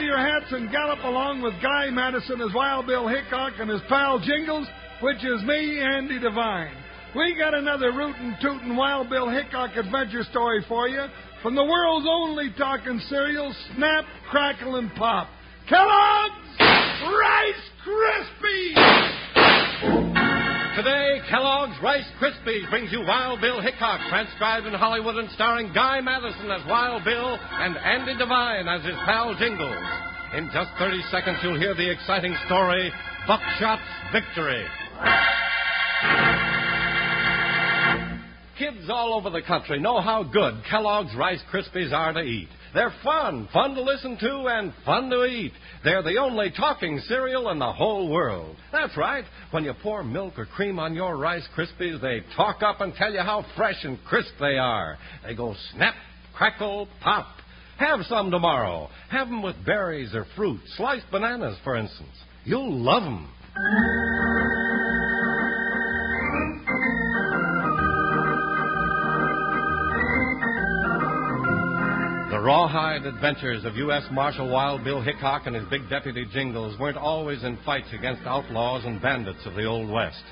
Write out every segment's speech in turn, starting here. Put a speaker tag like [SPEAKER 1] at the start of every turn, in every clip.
[SPEAKER 1] Hudson Gallup, along with Guy Madison as Wild Bill Hickok and his pal Jingles, which is me, Andy Devine. We got another rootin' tootin' Wild Bill Hickok adventure story for you from the world's only talking cereal, Snap, Crackle, and Pop. Kellogg's Rice Krispies!
[SPEAKER 2] Today, Kellogg's Rice Krispies brings you Wild Bill Hickok, transcribed in Hollywood and starring Guy Madison as Wild Bill and Andy Devine as his pal Jingles. In just 30 seconds, you'll hear the exciting story Buckshot's Victory. Kids all over the country know how good Kellogg's Rice Krispies are to eat. They're fun, fun to listen to, and fun to eat. They're the only talking cereal in the whole world. That's right. When you pour milk or cream on your Rice Krispies, they talk up and tell you how fresh and crisp they are. They go snap, crackle, pop. Have some tomorrow. Have 'em with berries or fruit, sliced bananas, for instance. You'll love 'em. The rawhide adventures of U.S. Marshal Wild Bill Hickok and his big deputy Jingles weren't always in fights against outlaws and bandits of the Old West.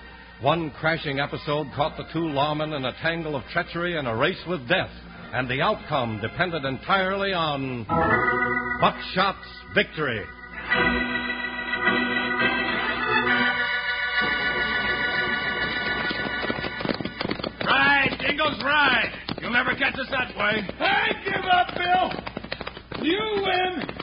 [SPEAKER 2] One crashing episode caught the two lawmen in a tangle of treachery and a race with death, and the outcome depended entirely on Buckshot's victory.
[SPEAKER 3] Ride, Jingles, ride. You'll never catch us that way.
[SPEAKER 1] I give up, Bill! You win!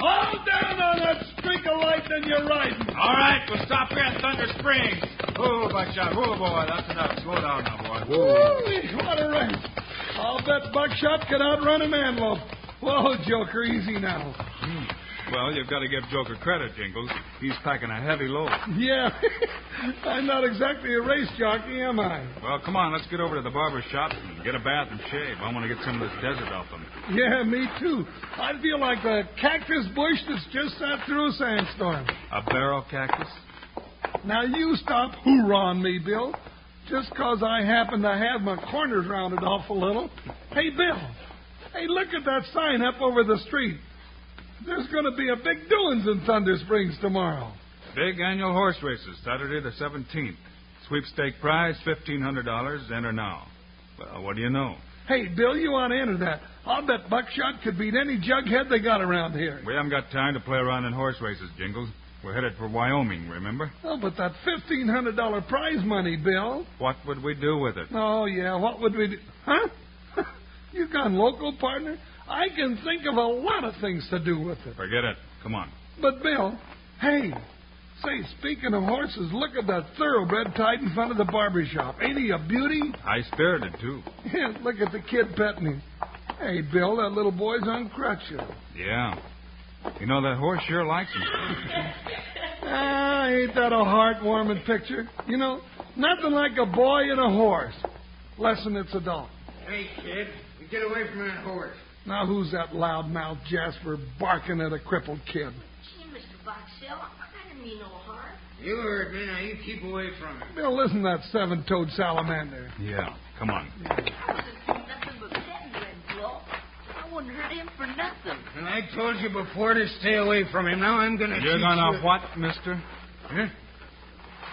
[SPEAKER 1] All down on that streak of lightning you're riding.
[SPEAKER 3] All right, we'll stop here at Thunder Springs. Whoa, Buckshot. Whoa, Oh, boy, that's enough. Slow down now, boy.
[SPEAKER 1] Woo-wee, what a race. I'll bet Buckshot could outrun an antelope. Whoa, Joker, easy now.
[SPEAKER 3] Well, you've got to give Joker credit, Jingles. He's packing a heavy load.
[SPEAKER 1] Yeah, I'm not exactly a race jockey, am I?
[SPEAKER 3] Well, come on, let's get over to the barber shop and get a bath and shave. I want to get some of this desert off of me.
[SPEAKER 1] Yeah, me too. I feel like a cactus bush that's just sat through a sandstorm.
[SPEAKER 3] A barrel cactus?
[SPEAKER 1] Now you stop hoorahing me, Bill. Just 'cause I happen to have my corners rounded off a little. Hey, Bill. Hey, look at that sign up over the street. There's going to be a big doings in Thunder Springs tomorrow.
[SPEAKER 3] Big annual horse races, Saturday the 17th. Sweepstake prize, $1,500. Enter now. Well, what do you know?
[SPEAKER 1] Hey, Bill, you want to enter that? I'll bet Buckshot could beat any jughead they got around here.
[SPEAKER 3] We haven't got time to play around in horse races, Jingles. We're headed for Wyoming, remember?
[SPEAKER 1] Oh, but that fifteen hundred dollar prize money, Bill.
[SPEAKER 3] What would we do with it?
[SPEAKER 1] Oh yeah, what would we do? Huh? you gone local, partner? I can think of a lot of things to do with it.
[SPEAKER 3] Forget it. Come on.
[SPEAKER 1] But Bill, hey, say, speaking of horses, look at that thoroughbred tied in front of the barber shop. Ain't he a beauty?
[SPEAKER 3] High spirited, too.
[SPEAKER 1] Yeah, look at the kid petting him. Hey, Bill, that little boy's on crutches.
[SPEAKER 3] Yeah. You know, that horse sure likes him.
[SPEAKER 1] Ah, ain't that a heartwarming picture? You know, nothing like a boy and a horse. Lesson it's a dog.
[SPEAKER 4] Hey, kid, get away from that horse.
[SPEAKER 1] Now who's that loudmouth Jasper barking at a crippled kid?
[SPEAKER 5] Gee, Mr. Boxell, I didn't mean no harm.
[SPEAKER 4] You heard me. Now you keep away from him.
[SPEAKER 1] Bill, listen to that seven-toed salamander.
[SPEAKER 3] Yeah. Come on.
[SPEAKER 5] I wasn't doing nothing but petting that blow. I wouldn't hurt him for nothing.
[SPEAKER 4] And I told you before to stay away from him. Now I'm gonna.
[SPEAKER 3] You're
[SPEAKER 4] teach
[SPEAKER 3] gonna
[SPEAKER 4] you-
[SPEAKER 3] what, mister?
[SPEAKER 4] Huh?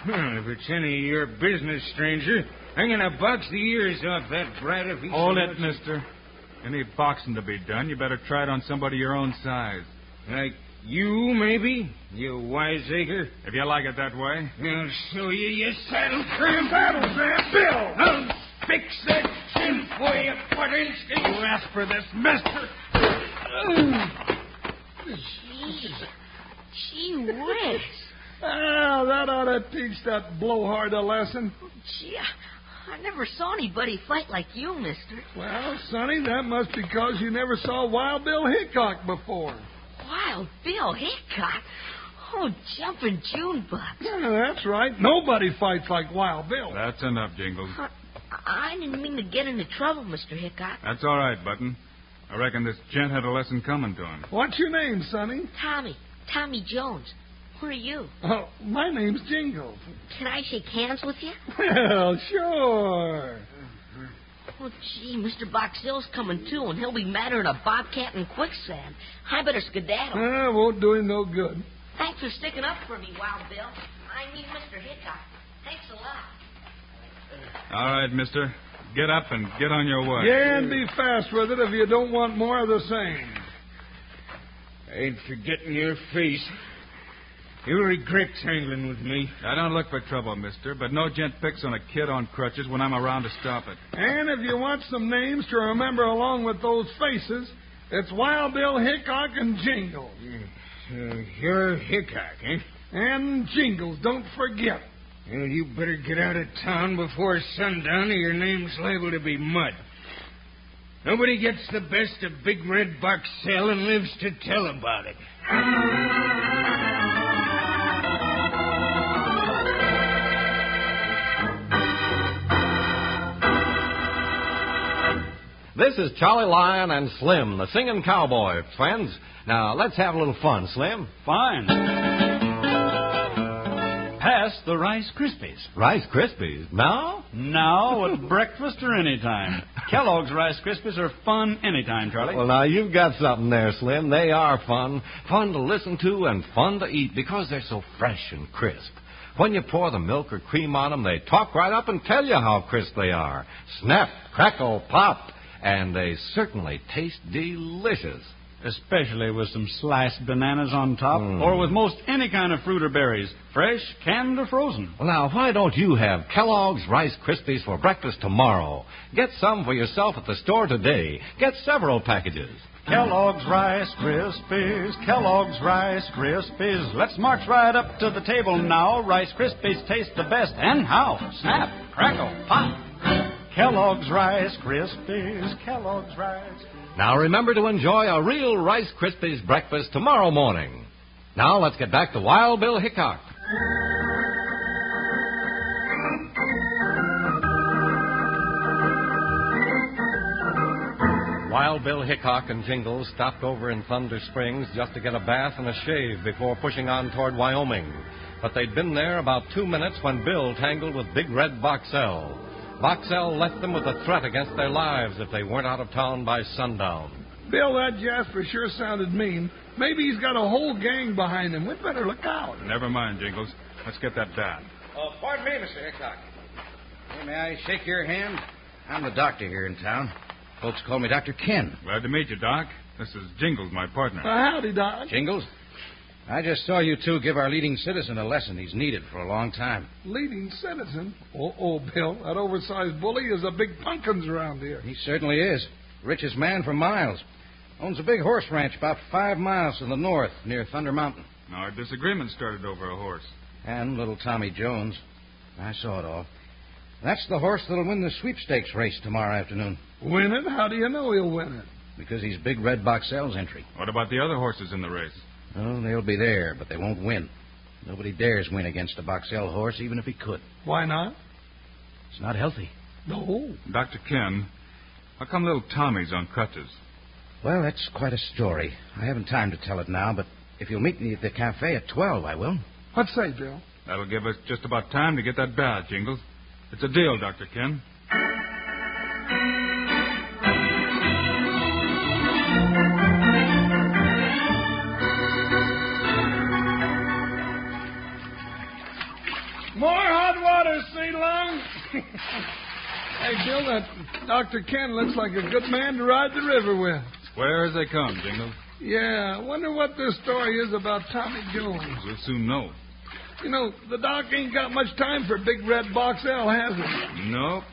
[SPEAKER 4] Hmm, if it's any of your business, stranger, I'm gonna box the ears off that brat if he.
[SPEAKER 3] Hold
[SPEAKER 4] so
[SPEAKER 3] it,
[SPEAKER 4] much-
[SPEAKER 3] mister. Any boxing to be done, you better try it on somebody your own size.
[SPEAKER 4] Like you, maybe? You wiseacre.
[SPEAKER 3] If you like it that way.
[SPEAKER 4] I'll show you, you saddle crimp.
[SPEAKER 1] Saddle there, Bill!
[SPEAKER 4] I'll fix that chin for you, butt instinct. You asked for this, mister.
[SPEAKER 5] Gee. Gee whiz.
[SPEAKER 1] Ah, that ought to teach that blowhard a lesson.
[SPEAKER 5] Gee, I, I never saw anybody fight like you, mister.
[SPEAKER 1] Well, Sonny, that must be because you never saw Wild Bill Hickok before.
[SPEAKER 5] Wild Bill Hickok. Oh, jumping June Buck.
[SPEAKER 1] Yeah, that's right. Nobody fights like Wild Bill.
[SPEAKER 3] That's enough, Jingles.
[SPEAKER 5] I, I didn't mean to get into trouble, Mr. Hickok.
[SPEAKER 3] That's all right, Button. I reckon this gent had a lesson coming to him.
[SPEAKER 1] What's your name, Sonny?
[SPEAKER 5] Tommy, Tommy Jones, who are you?
[SPEAKER 1] Oh, my name's Jingles.
[SPEAKER 5] Can I shake hands with you?
[SPEAKER 1] Well, sure.
[SPEAKER 5] Well, gee, Mr. Boxell's coming too, and he'll be madder'n a bobcat in quicksand. I better skedaddle.
[SPEAKER 1] Ah, won't do him no good.
[SPEAKER 5] Thanks for sticking up for me, Wild Bill. I mean, Mr. Hickok. Thanks a lot.
[SPEAKER 3] All right, mister. Get up and get on your way.
[SPEAKER 1] Yeah, and be fast with it if you don't want more of the same.
[SPEAKER 4] I ain't forgetting your face. You'll regret tangling with me.
[SPEAKER 3] I don't look for trouble, mister, but no gent picks on a kid on crutches when I'm around to stop it.
[SPEAKER 1] And if you want some names to remember along with those faces, it's Wild Bill Hickok and Jingles.
[SPEAKER 4] Uh, you're Hickok, eh?
[SPEAKER 1] And Jingles, don't forget.
[SPEAKER 4] Well, you better get out of town before sundown, or your name's liable to be mud. Nobody gets the best of Big Red Boxell and lives to tell about it.
[SPEAKER 2] This is Charlie Lyon and Slim, the singing cowboy friends. Now, let's have a little fun, Slim.
[SPEAKER 6] Fine. Pass the Rice Krispies.
[SPEAKER 2] Rice Krispies. Now?
[SPEAKER 6] Now, Oh, at breakfast or any time. Kellogg's Rice Krispies are fun anytime, Charlie.
[SPEAKER 2] Well, now you've got something there, Slim. They are fun. Fun to listen to and fun to eat because they're so fresh and crisp. When you pour the milk or cream on them, they talk right up and tell you how crisp they are. Snap, crackle, pop. And they certainly taste delicious.
[SPEAKER 6] Especially with some sliced bananas on top, or with most any kind of fruit or berries, fresh, canned, or frozen.
[SPEAKER 2] Well, now, why don't you have Kellogg's Rice Krispies for breakfast tomorrow? Get some for yourself at the store today. Get several packages.
[SPEAKER 6] Kellogg's Rice Krispies, Kellogg's Rice Krispies. Let's march right up to the table now. Rice Krispies taste the best, and how? Snap, crackle, pop. Kellogg's Rice Krispies, Kellogg's Rice.
[SPEAKER 2] Now remember to enjoy a real Rice Krispies breakfast tomorrow morning. Now let's get back to Wild Bill Hickok. Wild Bill Hickok and Jingles stopped over in Thunder Springs just to get a bath and a shave before pushing on toward Wyoming. But they'd been there about two minutes when Bill tangled with Big Red Boxell. Boxell left them with a threat against their lives if they weren't out of town by sundown.
[SPEAKER 1] Bill, that Jasper sure sounded mean. Maybe he's got a whole gang behind him. We'd better look out.
[SPEAKER 3] Never mind, Jingles. Let's get that bath.
[SPEAKER 4] Oh, pardon me, Mr. Hickok. Hey, may I shake your hand? I'm the doctor here in town. Folks call me Dr. Ken.
[SPEAKER 3] Glad to meet you, Doc. This is Jingles, my
[SPEAKER 1] Uh,
[SPEAKER 3] partner.
[SPEAKER 1] howdy, Doc.
[SPEAKER 4] Jingles, I just saw you two give our leading citizen a lesson he's needed for a long time.
[SPEAKER 1] Leading citizen. Oh, oh, Bill, that oversized bully is a big pumpkins around here.
[SPEAKER 4] He certainly is. Richest man for miles. Owns a big horse ranch about five miles to the north near Thunder Mountain.
[SPEAKER 3] Our disagreement started over a horse.
[SPEAKER 4] And little Tommy Jones. I saw it all. That's the horse that'll win the sweepstakes race tomorrow afternoon
[SPEAKER 1] Win it? How do you know he'll win it?
[SPEAKER 4] because he's Big Red Boxell's entry.
[SPEAKER 3] What about the other horses in the race?
[SPEAKER 4] Oh, they'll be there, but they won't win. Nobody dares win against a Boxell horse, even if he could.
[SPEAKER 1] Why not?
[SPEAKER 4] It's not healthy.
[SPEAKER 1] No.
[SPEAKER 3] Dr. Ken, how come little Tommy's on crutches?
[SPEAKER 4] Well, that's quite a story. I haven't time to tell it now, but if you'll meet me at the cafe at 12, I will.
[SPEAKER 1] What say, Bill?
[SPEAKER 3] That'll give us just about time to get that bath, Jingles. It's a deal, Dr. Ken.
[SPEAKER 1] More hot water, sea lion. hey, Bill, that Dr. Ken looks like a good man to ride the river with.
[SPEAKER 3] Square as they come, Jingles.
[SPEAKER 1] Yeah, I wonder what this story is about Tommy Jones.
[SPEAKER 3] We'll soon know.
[SPEAKER 1] You know, the doc ain't got much time for Big Red Boxell, has he?
[SPEAKER 3] Nope.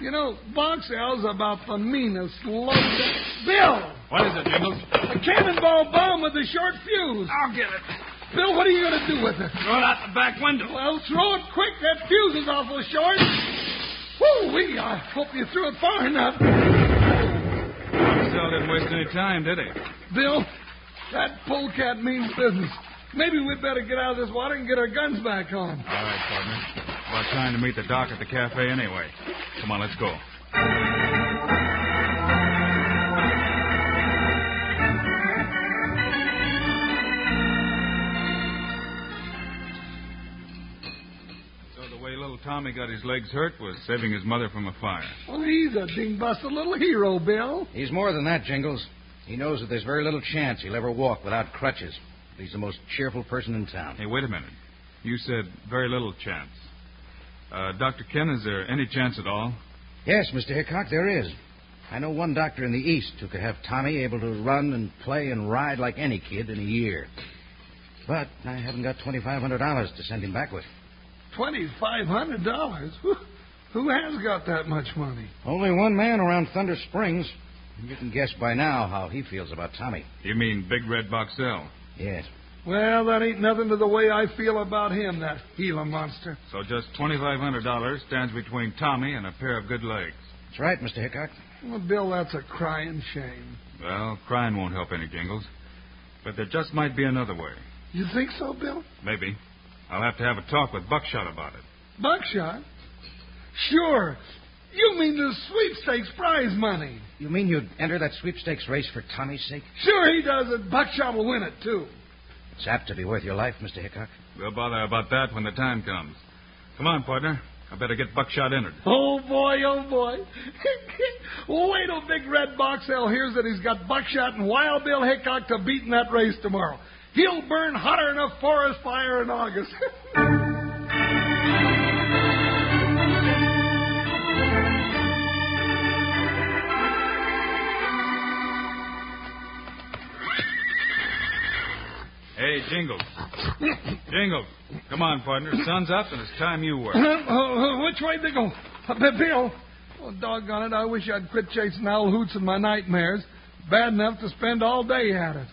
[SPEAKER 1] You know, Boxell's about the meanest, low Bill!
[SPEAKER 3] What is it, Jingles?
[SPEAKER 1] A cannonball bomb with a short fuse.
[SPEAKER 3] I'll get it.
[SPEAKER 1] Bill, what are you going to do with it?
[SPEAKER 3] Throw it out the back window.
[SPEAKER 1] Well, throw it quick. That fuse is awful short. Woo wee! I hope you threw it far enough.
[SPEAKER 3] Marcel didn't waste any time, did he?
[SPEAKER 1] Bill, that polecat means business. Maybe we'd better get out of this water and get our guns back on.
[SPEAKER 3] All right, partner. About time to meet the doc at the cafe anyway. Come on, let's go. So the way little Tommy got his legs hurt was saving his mother from a fire.
[SPEAKER 1] Well, he's a dingbusted little hero, Bill.
[SPEAKER 2] He's more than that, Jingles. He knows that there's very little chance he'll ever walk without crutches. He's the most cheerful person in town.
[SPEAKER 3] Hey, wait a minute. You said very little chance. Uh, Dr. Ken, is there any chance at all?
[SPEAKER 2] Yes, Mr. Hickok, there is. I know one doctor in the East who could have Tommy able to run and play and ride like any kid in a year. But I haven't got $2,500 to send him back with.
[SPEAKER 1] $2,500? Whew. Who has got that much money?
[SPEAKER 2] Only one man around Thunder Springs. You can guess by now how he feels about Tommy.
[SPEAKER 3] You mean Big Red Boxell.
[SPEAKER 2] Yes.
[SPEAKER 1] Well, that ain't nothing to the way I feel about him, that Gila monster.
[SPEAKER 3] So just $2,500 stands between Tommy and a pair of good legs.
[SPEAKER 2] That's right, Mr. Hickok.
[SPEAKER 1] Well, Bill, that's a crying shame.
[SPEAKER 3] Well, crying won't help any, Jingles. But there just might be another way.
[SPEAKER 1] You think so, Bill?
[SPEAKER 3] Maybe. I'll have to have a talk with Buckshot about it.
[SPEAKER 1] Buckshot? Sure. You mean the sweepstakes prize money.
[SPEAKER 2] You mean you'd enter that sweepstakes race for Tommy's sake?
[SPEAKER 1] Sure he does it. Buckshot will win it, too.
[SPEAKER 2] It's apt to be worth your life, Mr. Hickok.
[SPEAKER 3] We'll bother about that when the time comes. Come on, partner. I better get Buckshot entered.
[SPEAKER 1] Oh, boy, oh, boy. Wait till Big Red Boxell hears that he's got Buckshot and Wild Bill Hickok to beat in that race tomorrow. He'll burn hotter than a forest fire in August.
[SPEAKER 3] Hey, Jingles. Jingles. Come on, partner. Sun's up and it's time you work.
[SPEAKER 1] Uh, which way they go? Uh, Bill. Oh, doggone it. I wish I'd quit chasing owl hoots in my nightmares. Bad enough to spend all day at it.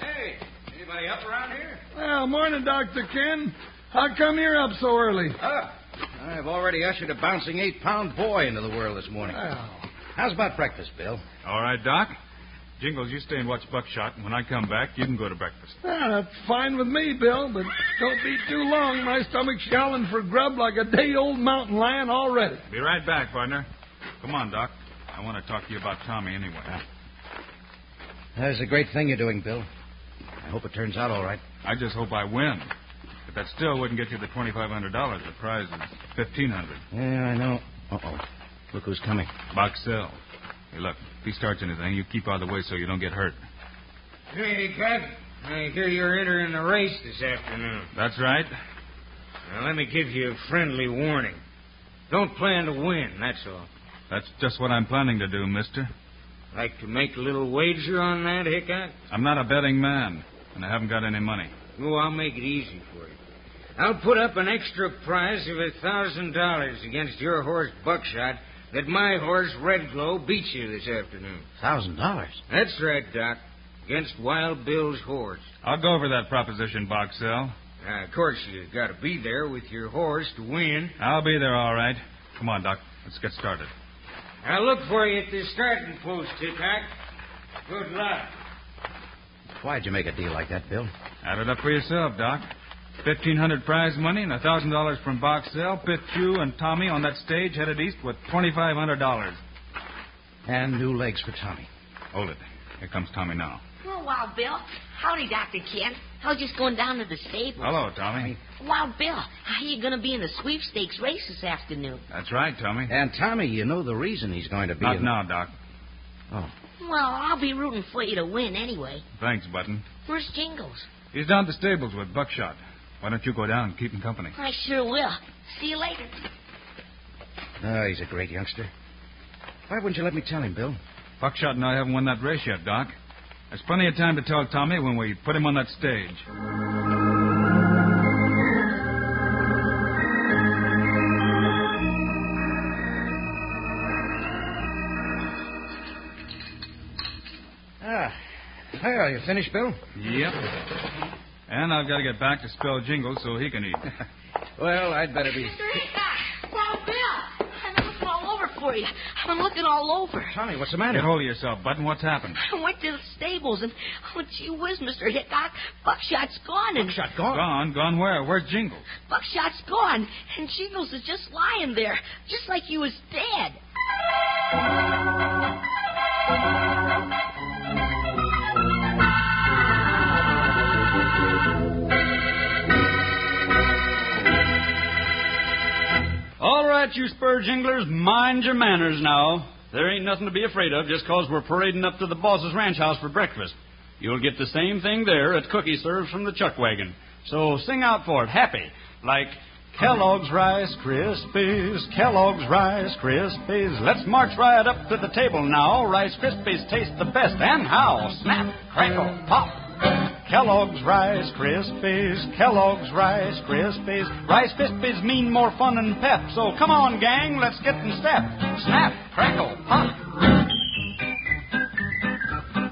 [SPEAKER 4] Hey, anybody up around here?
[SPEAKER 1] Well, morning, Dr. Ken. How come you're up so early?
[SPEAKER 2] Ah, I've already ushered a bouncing eight pound boy into the world this morning.
[SPEAKER 4] Ah.
[SPEAKER 1] Well,
[SPEAKER 2] How's about breakfast, Bill?
[SPEAKER 3] All right, Doc. Jingles, you stay and watch Buckshot, and when I come back, you can go to breakfast.
[SPEAKER 1] yeah, that's Ah, fine with me, Bill, but don't be too long. My stomach's growling for grub like a day old mountain lion already.
[SPEAKER 3] Be right back, partner. Come on, Doc. I want to talk to you about Tommy anyway.
[SPEAKER 2] That is a great thing you're doing, Bill. I hope it turns out all right.
[SPEAKER 3] I just hope I win. But that still wouldn't get you the $2,500. The prize is 1500
[SPEAKER 2] Yeah, I know. Uh oh. Look who's coming.
[SPEAKER 3] Boxell. Hey, look, if he starts anything, you keep out of the way so you don't get hurt.
[SPEAKER 4] Hey, Hickok. I hear you're entering the race this afternoon.
[SPEAKER 3] That's right.
[SPEAKER 4] Now, let me give you a friendly warning. Don't plan to win, that's all.
[SPEAKER 3] That's just what I'm planning to do, mister.
[SPEAKER 4] Like to make a little wager on that, Hickok?
[SPEAKER 3] I'm not a betting man, and I haven't got any money.
[SPEAKER 4] Oh, I'll make it easy for you. I'll put up an extra prize of a thousand dollars against your horse Buckshot that my horse Red Glow beats you this afternoon.
[SPEAKER 2] Thousand dollars.
[SPEAKER 4] That's right, Doc. Against Wild Bill's horse.
[SPEAKER 3] I'll go over that proposition, Boxell.
[SPEAKER 4] Now, of course, you got to be there with your horse to win.
[SPEAKER 3] I'll be there all right. Come on, Doc. Let's get started.
[SPEAKER 4] I'll look for you at the starting post, Hickok. Good luck.
[SPEAKER 2] Why'd you make a deal like that, Bill?
[SPEAKER 3] Add it up for yourself, Doc. Fifteen hundred prize money and a thousand dollars from Boxell pit you and Tommy on that stage headed east with twenty-five hundred dollars.
[SPEAKER 2] And new legs for Tommy.
[SPEAKER 3] Hold it. Here comes Tommy now.
[SPEAKER 5] Oh, wow, Bill. Howdy, Dr. Kent. I was just going down to the stable.
[SPEAKER 3] Hello, Tommy.
[SPEAKER 5] Wow, Bill, how are you going to be in the sweepstakes race this afternoon?
[SPEAKER 3] That's right, Tommy.
[SPEAKER 2] And Tommy, you know the reason he's going to be.
[SPEAKER 3] Not
[SPEAKER 2] in-
[SPEAKER 3] now, Doc.
[SPEAKER 2] Oh,
[SPEAKER 5] Well, I'll be rooting for you to win anyway.
[SPEAKER 3] Thanks, Button.
[SPEAKER 5] Where's Jingles?
[SPEAKER 3] He's down at the stables with Buckshot. Why don't you go down and keep him company?
[SPEAKER 5] I sure will. See you later.
[SPEAKER 2] oh, he's a great youngster. Why wouldn't you let me tell him, Bill?
[SPEAKER 3] Buckshot and I haven't won that race yet, Doc. There's plenty of time to tell Tommy when we put him on that stage.
[SPEAKER 2] Ah, well, you finished, Bill?
[SPEAKER 3] Yep. And I've got to get back to spell Jingles so he can eat.
[SPEAKER 2] Well, I'd better be.
[SPEAKER 5] Hickok! Wow, Bill! I've been looking all over for you. I've been looking all over.
[SPEAKER 2] Tommy, what's the matter?
[SPEAKER 3] Get hold of yourself, Button. What's happened?
[SPEAKER 5] I went to the stables and, oh, gee whiz, Mr. Hickok, Buckshot's gone and
[SPEAKER 2] Buckshot gone.
[SPEAKER 3] Gone, gone where? Where's Jingles?
[SPEAKER 5] Buckshot's gone and Jingles is just lying there, just like he was dead.
[SPEAKER 2] at you, spur jinglers. Mind your manners now. There ain't nothing to be afraid of just 'cause we're parading up to the boss's ranch house for breakfast. You'll get the same thing there at cookie serves from the chuck wagon. So sing out for it, happy, like Kellogg's Rice Krispies, Kellogg's Rice Krispies. Let's march right up to the table now. Rice Krispies taste the best, and how? Snap, crackle, pop. Kellogg's Rice Krispies, Kellogg's Rice Krispies. Rice Krispies mean more fun and pep, so come on, gang, let's get in step. Snap, crackle, pop.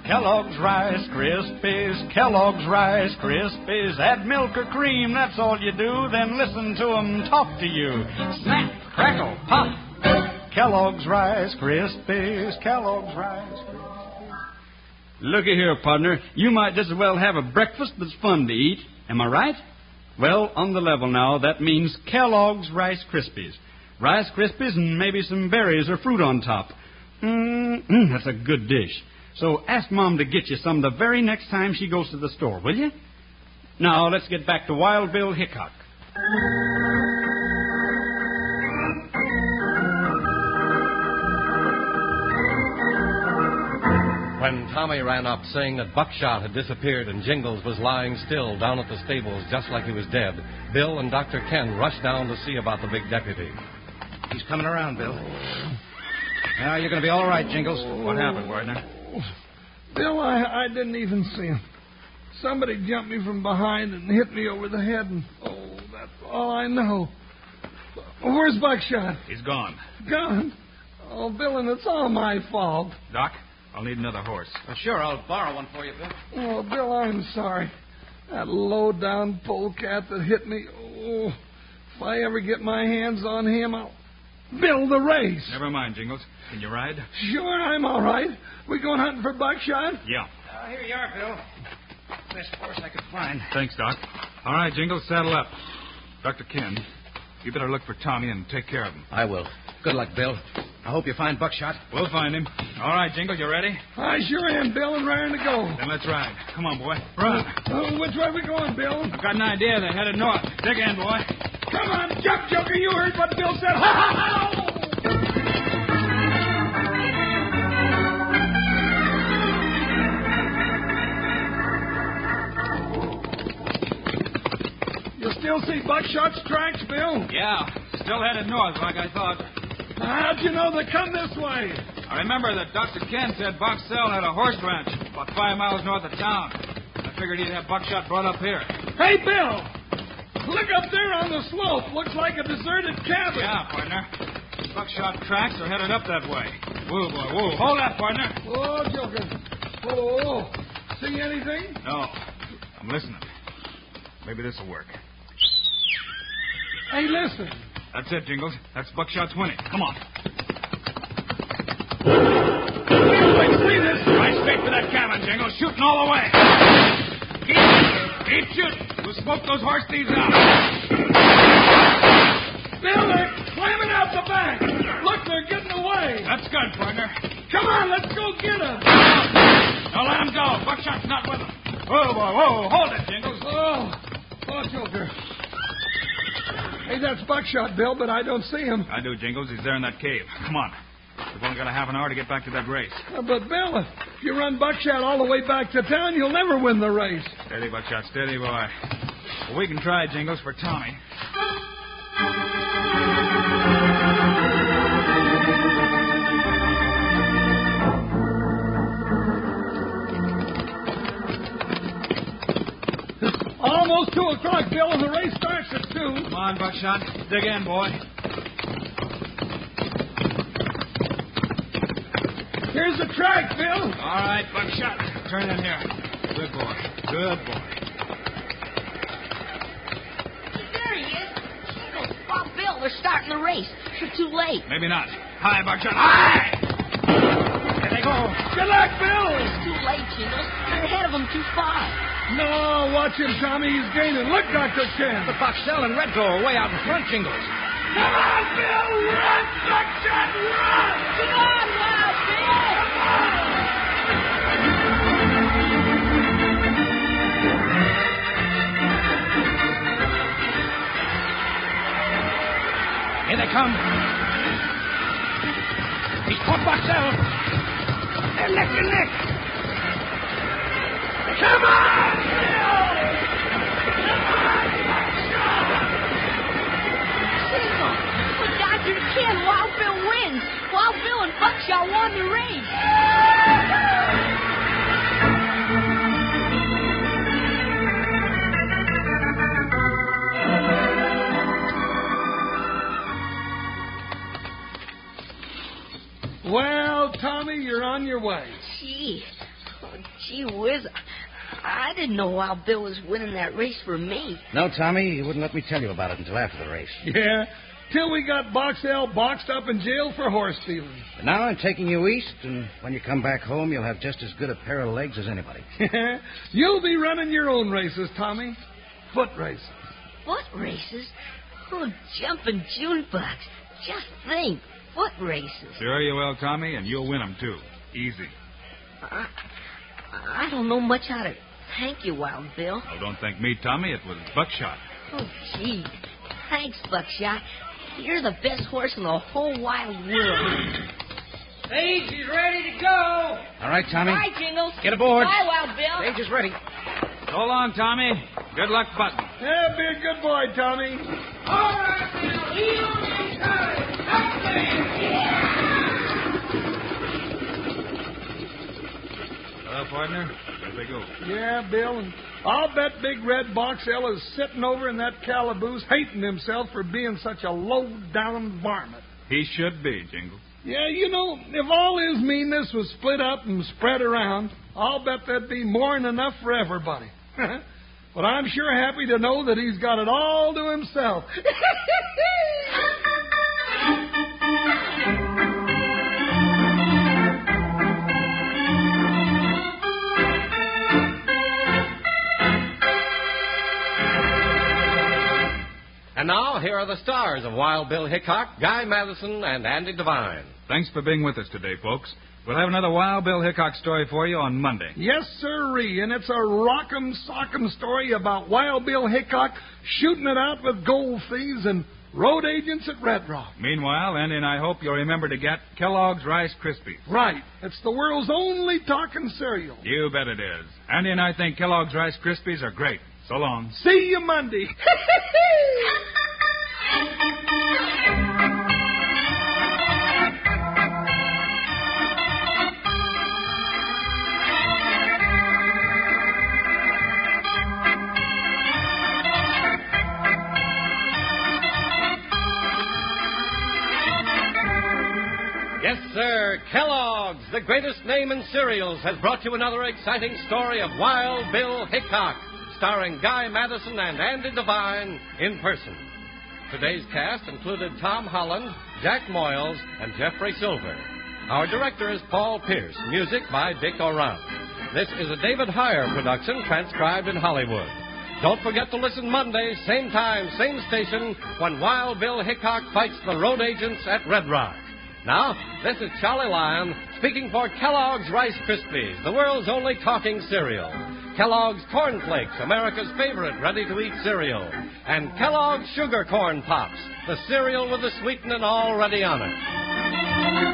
[SPEAKER 2] Kellogg's Rice Krispies, Kellogg's Rice Krispies. Add milk or cream, that's all you do. Then listen to 'em talk to you. Snap, crackle, pop. Kellogg's Rice Krispies, Kellogg's Rice Krispies. Looky here, partner. You might just as well have a breakfast that's fun to eat. Am I right? Well, on the level now, that means Kellogg's Rice Krispies. Rice Krispies and maybe some berries or fruit on top. Mm-mm, that's a good dish. So ask Mom to get you some the very next time she goes to the store, will you? Now, let's get back to Wild Bill Hickok.
[SPEAKER 7] When Tommy ran up saying that Buckshot had disappeared and Jingles was lying still down at the stables just like he was dead, Bill and Dr. Ken rushed down to see about the big deputy.
[SPEAKER 4] He's coming around, Bill. Now, you're going to be all right, Jingles.
[SPEAKER 3] What happened, Wardner?
[SPEAKER 1] Bill, I, I didn't even see him. Somebody jumped me from behind and hit me over the head, and oh, that's all I know. Where's Buckshot?
[SPEAKER 3] He's gone.
[SPEAKER 1] Gone. Oh, Bill, and it's all my fault.
[SPEAKER 3] Doc, I'll need another horse.
[SPEAKER 2] sure, I'll borrow one for you, Bill.
[SPEAKER 1] Oh, Bill, I'm sorry. That low down polecat that hit me. Oh, if I ever get my hands on him, I'll. Bill, the race.
[SPEAKER 3] Never mind, Jingles. Can you ride?
[SPEAKER 1] Sure, I'm all right. We going hunting for buckshot?
[SPEAKER 3] Yeah.
[SPEAKER 4] Uh, here you are, Bill. Best horse I could find.
[SPEAKER 3] Thanks, Doc. All right, Jingles, saddle up. Dr. Ken, you better look for Tommy and take care of him.
[SPEAKER 4] I will. Good luck, Bill. I hope you find Buckshot.
[SPEAKER 3] We'll find him. All right, Jingles, you ready?
[SPEAKER 1] I sure am, Bill, and raring to go.
[SPEAKER 3] Then let's ride. Come on, boy. Run.
[SPEAKER 1] Oh, which way we going, Bill?
[SPEAKER 3] I've got an idea. They're headed north. Dig in, boy.
[SPEAKER 1] Come on, jump, Joker. You heard what Bill said. Ha ha ha! You still see Buckshot's tracks, Bill?
[SPEAKER 3] Yeah. Still headed north, like I thought.
[SPEAKER 1] How'd you know they come this way?
[SPEAKER 3] I remember that Dr. Ken said Boxell had a horse ranch about five miles north of town. I figured he'd have Buckshot brought up here.
[SPEAKER 1] Hey, Bill! Look up there on the slope. Looks like a deserted cabin.
[SPEAKER 3] Yeah, partner. Buckshot tracks are headed up that way. Whoa, boy, whoa. Hold up, partner.
[SPEAKER 1] Oh, Joker. Oh, see anything?
[SPEAKER 3] No. I'm listening. Maybe this will work.
[SPEAKER 1] Hey, listen.
[SPEAKER 3] That's it, Jingles. That's Buckshot's winning. Come on.
[SPEAKER 1] Wait, see this?
[SPEAKER 3] Right straight for that cabin, Jingles. Shooting all the way. Keep, keep shooting. We'll smoke those horse thieves out.
[SPEAKER 1] Bill, they're climbing out the back. Look, they're getting away.
[SPEAKER 3] That's good, partner.
[SPEAKER 1] Come on, let's go get them.
[SPEAKER 3] Now let him go. Buckshot's not with him. Whoa, whoa, whoa. Hold it, Jingles.
[SPEAKER 1] Oh, oh, Joker. Hey, that's Buckshot, Bill, but I don't see him.
[SPEAKER 3] I do, Jingles. He's there in that cave. Come on. We've only got a half an hour to get back to that race.
[SPEAKER 1] Uh, but, Bill, if you run Buckshot all the way back to town, you'll never win the race.
[SPEAKER 3] Steady, Buckshot. Steady, boy. Well, we can try, Jingles, for Tommy.
[SPEAKER 1] Almost 2 o'clock, Bill, and the race starts at 2.
[SPEAKER 3] Come on, Buckshot. Dig in, boy.
[SPEAKER 1] Here's the track, Bill.
[SPEAKER 3] All right, Buckshot. Turn in here. Good boy. Good boy.
[SPEAKER 5] There he is. Jingles. Oh, Bill, they're starting the race. You're too late.
[SPEAKER 3] Maybe not. High, Buckshot. High! There they go.
[SPEAKER 1] Good luck, Bill.
[SPEAKER 5] It's too late, Jingles. They're ahead of them too far.
[SPEAKER 1] No, watch him, Tommy. He's gaining. Look, Dr. Ken.
[SPEAKER 4] Buckshell and Red Door are way out in front, Jingles.
[SPEAKER 1] Come on, Bill. Run, Buckshot, run.
[SPEAKER 4] Here they come. fell. They're neck and neck. Come on!
[SPEAKER 8] Single. For Dr. Ken, Wild Bill wins. Wild Bill and Buckshot won the race.
[SPEAKER 1] Well, Tommy, you're on your way.
[SPEAKER 5] Gee. Oh, gee whiz. I didn't know Wild Bill was winning that race for me.
[SPEAKER 9] No, Tommy, he wouldn't let me tell you about it until after the race.
[SPEAKER 1] Yeah, till we got Box L boxed up in jail for horse stealing.
[SPEAKER 9] But now I'm taking you east, and when you come back home, you'll have just as good a pair of legs as anybody.
[SPEAKER 1] You'll be running your own races, Tommy. Foot races.
[SPEAKER 5] Foot races? Oh, jumping June bucks. Just think, foot races.
[SPEAKER 3] Sure you will, Tommy, and you'll win 'em too. Easy.
[SPEAKER 5] I, I don't know much how to thank you, Wild Bill.
[SPEAKER 3] Well, Oh, don't thank me, Tommy. It was Buckshot.
[SPEAKER 5] Oh, gee. Thanks, Buckshot. You're the best horse in the whole wide world.
[SPEAKER 4] Sage is ready to go.
[SPEAKER 9] All right, Tommy?
[SPEAKER 8] Bye, Jingles.
[SPEAKER 9] Get aboard.
[SPEAKER 8] Bye, Wild Bill.
[SPEAKER 9] Stage is ready.
[SPEAKER 3] So long, Tommy. Good luck, Button.
[SPEAKER 1] Yeah, be a good boy, Tommy.
[SPEAKER 4] All right, now, heel and side. Up there.
[SPEAKER 3] Hello, partner. There they go.
[SPEAKER 1] Yeah, Bill. And I'll bet Big Red Box L is sitting over in that calaboose hating himself for being such a low-down varmint.
[SPEAKER 3] He should be, Jingle.
[SPEAKER 1] Yeah, you know, if all his meanness was split up and spread around, I'll bet that'd be more than enough for everybody. but I'm sure happy to know that he's got it all to himself.
[SPEAKER 2] And now, here are the stars of Wild Bill Hickok, Guy Madison, and Andy Devine.
[SPEAKER 3] Thanks for being with us today, folks. We'll have another Wild Bill Hickok story for you on Monday.
[SPEAKER 1] Yes, sirree, and it's a rock'em sock'em story about Wild Bill Hickok shooting it out with gold thieves and road agents at Red Rock.
[SPEAKER 3] Meanwhile, Andy and I hope you'll remember to get Kellogg's Rice Krispies.
[SPEAKER 1] Right, it's the world's only talking cereal.
[SPEAKER 3] You bet it is. Andy and I think Kellogg's Rice Krispies are great. So long.
[SPEAKER 1] See you Monday.
[SPEAKER 2] Yes, sir. Kellogg's, the greatest name in cereals, has brought you another exciting story of Wild Bill Hickok, starring Guy Madison and Andy Devine in person. Today's cast included Tom Holland, Jack Moyles, and Jeffrey Silver. Our director is Paul Pierce, music by Dick Oran. This is a David Heyer production transcribed in Hollywood. Don't forget to listen Monday, same time, same station, when Wild Bill Hickok fights the road agents at Red Rock. Now, this is Charlie Lyon speaking for Kellogg's Rice Krispies, the world's only talking cereal. Kellogg's Corn Flakes, America's favorite ready to eat cereal. And Kellogg's Sugar Corn Pops, the cereal with the sweetening already on it.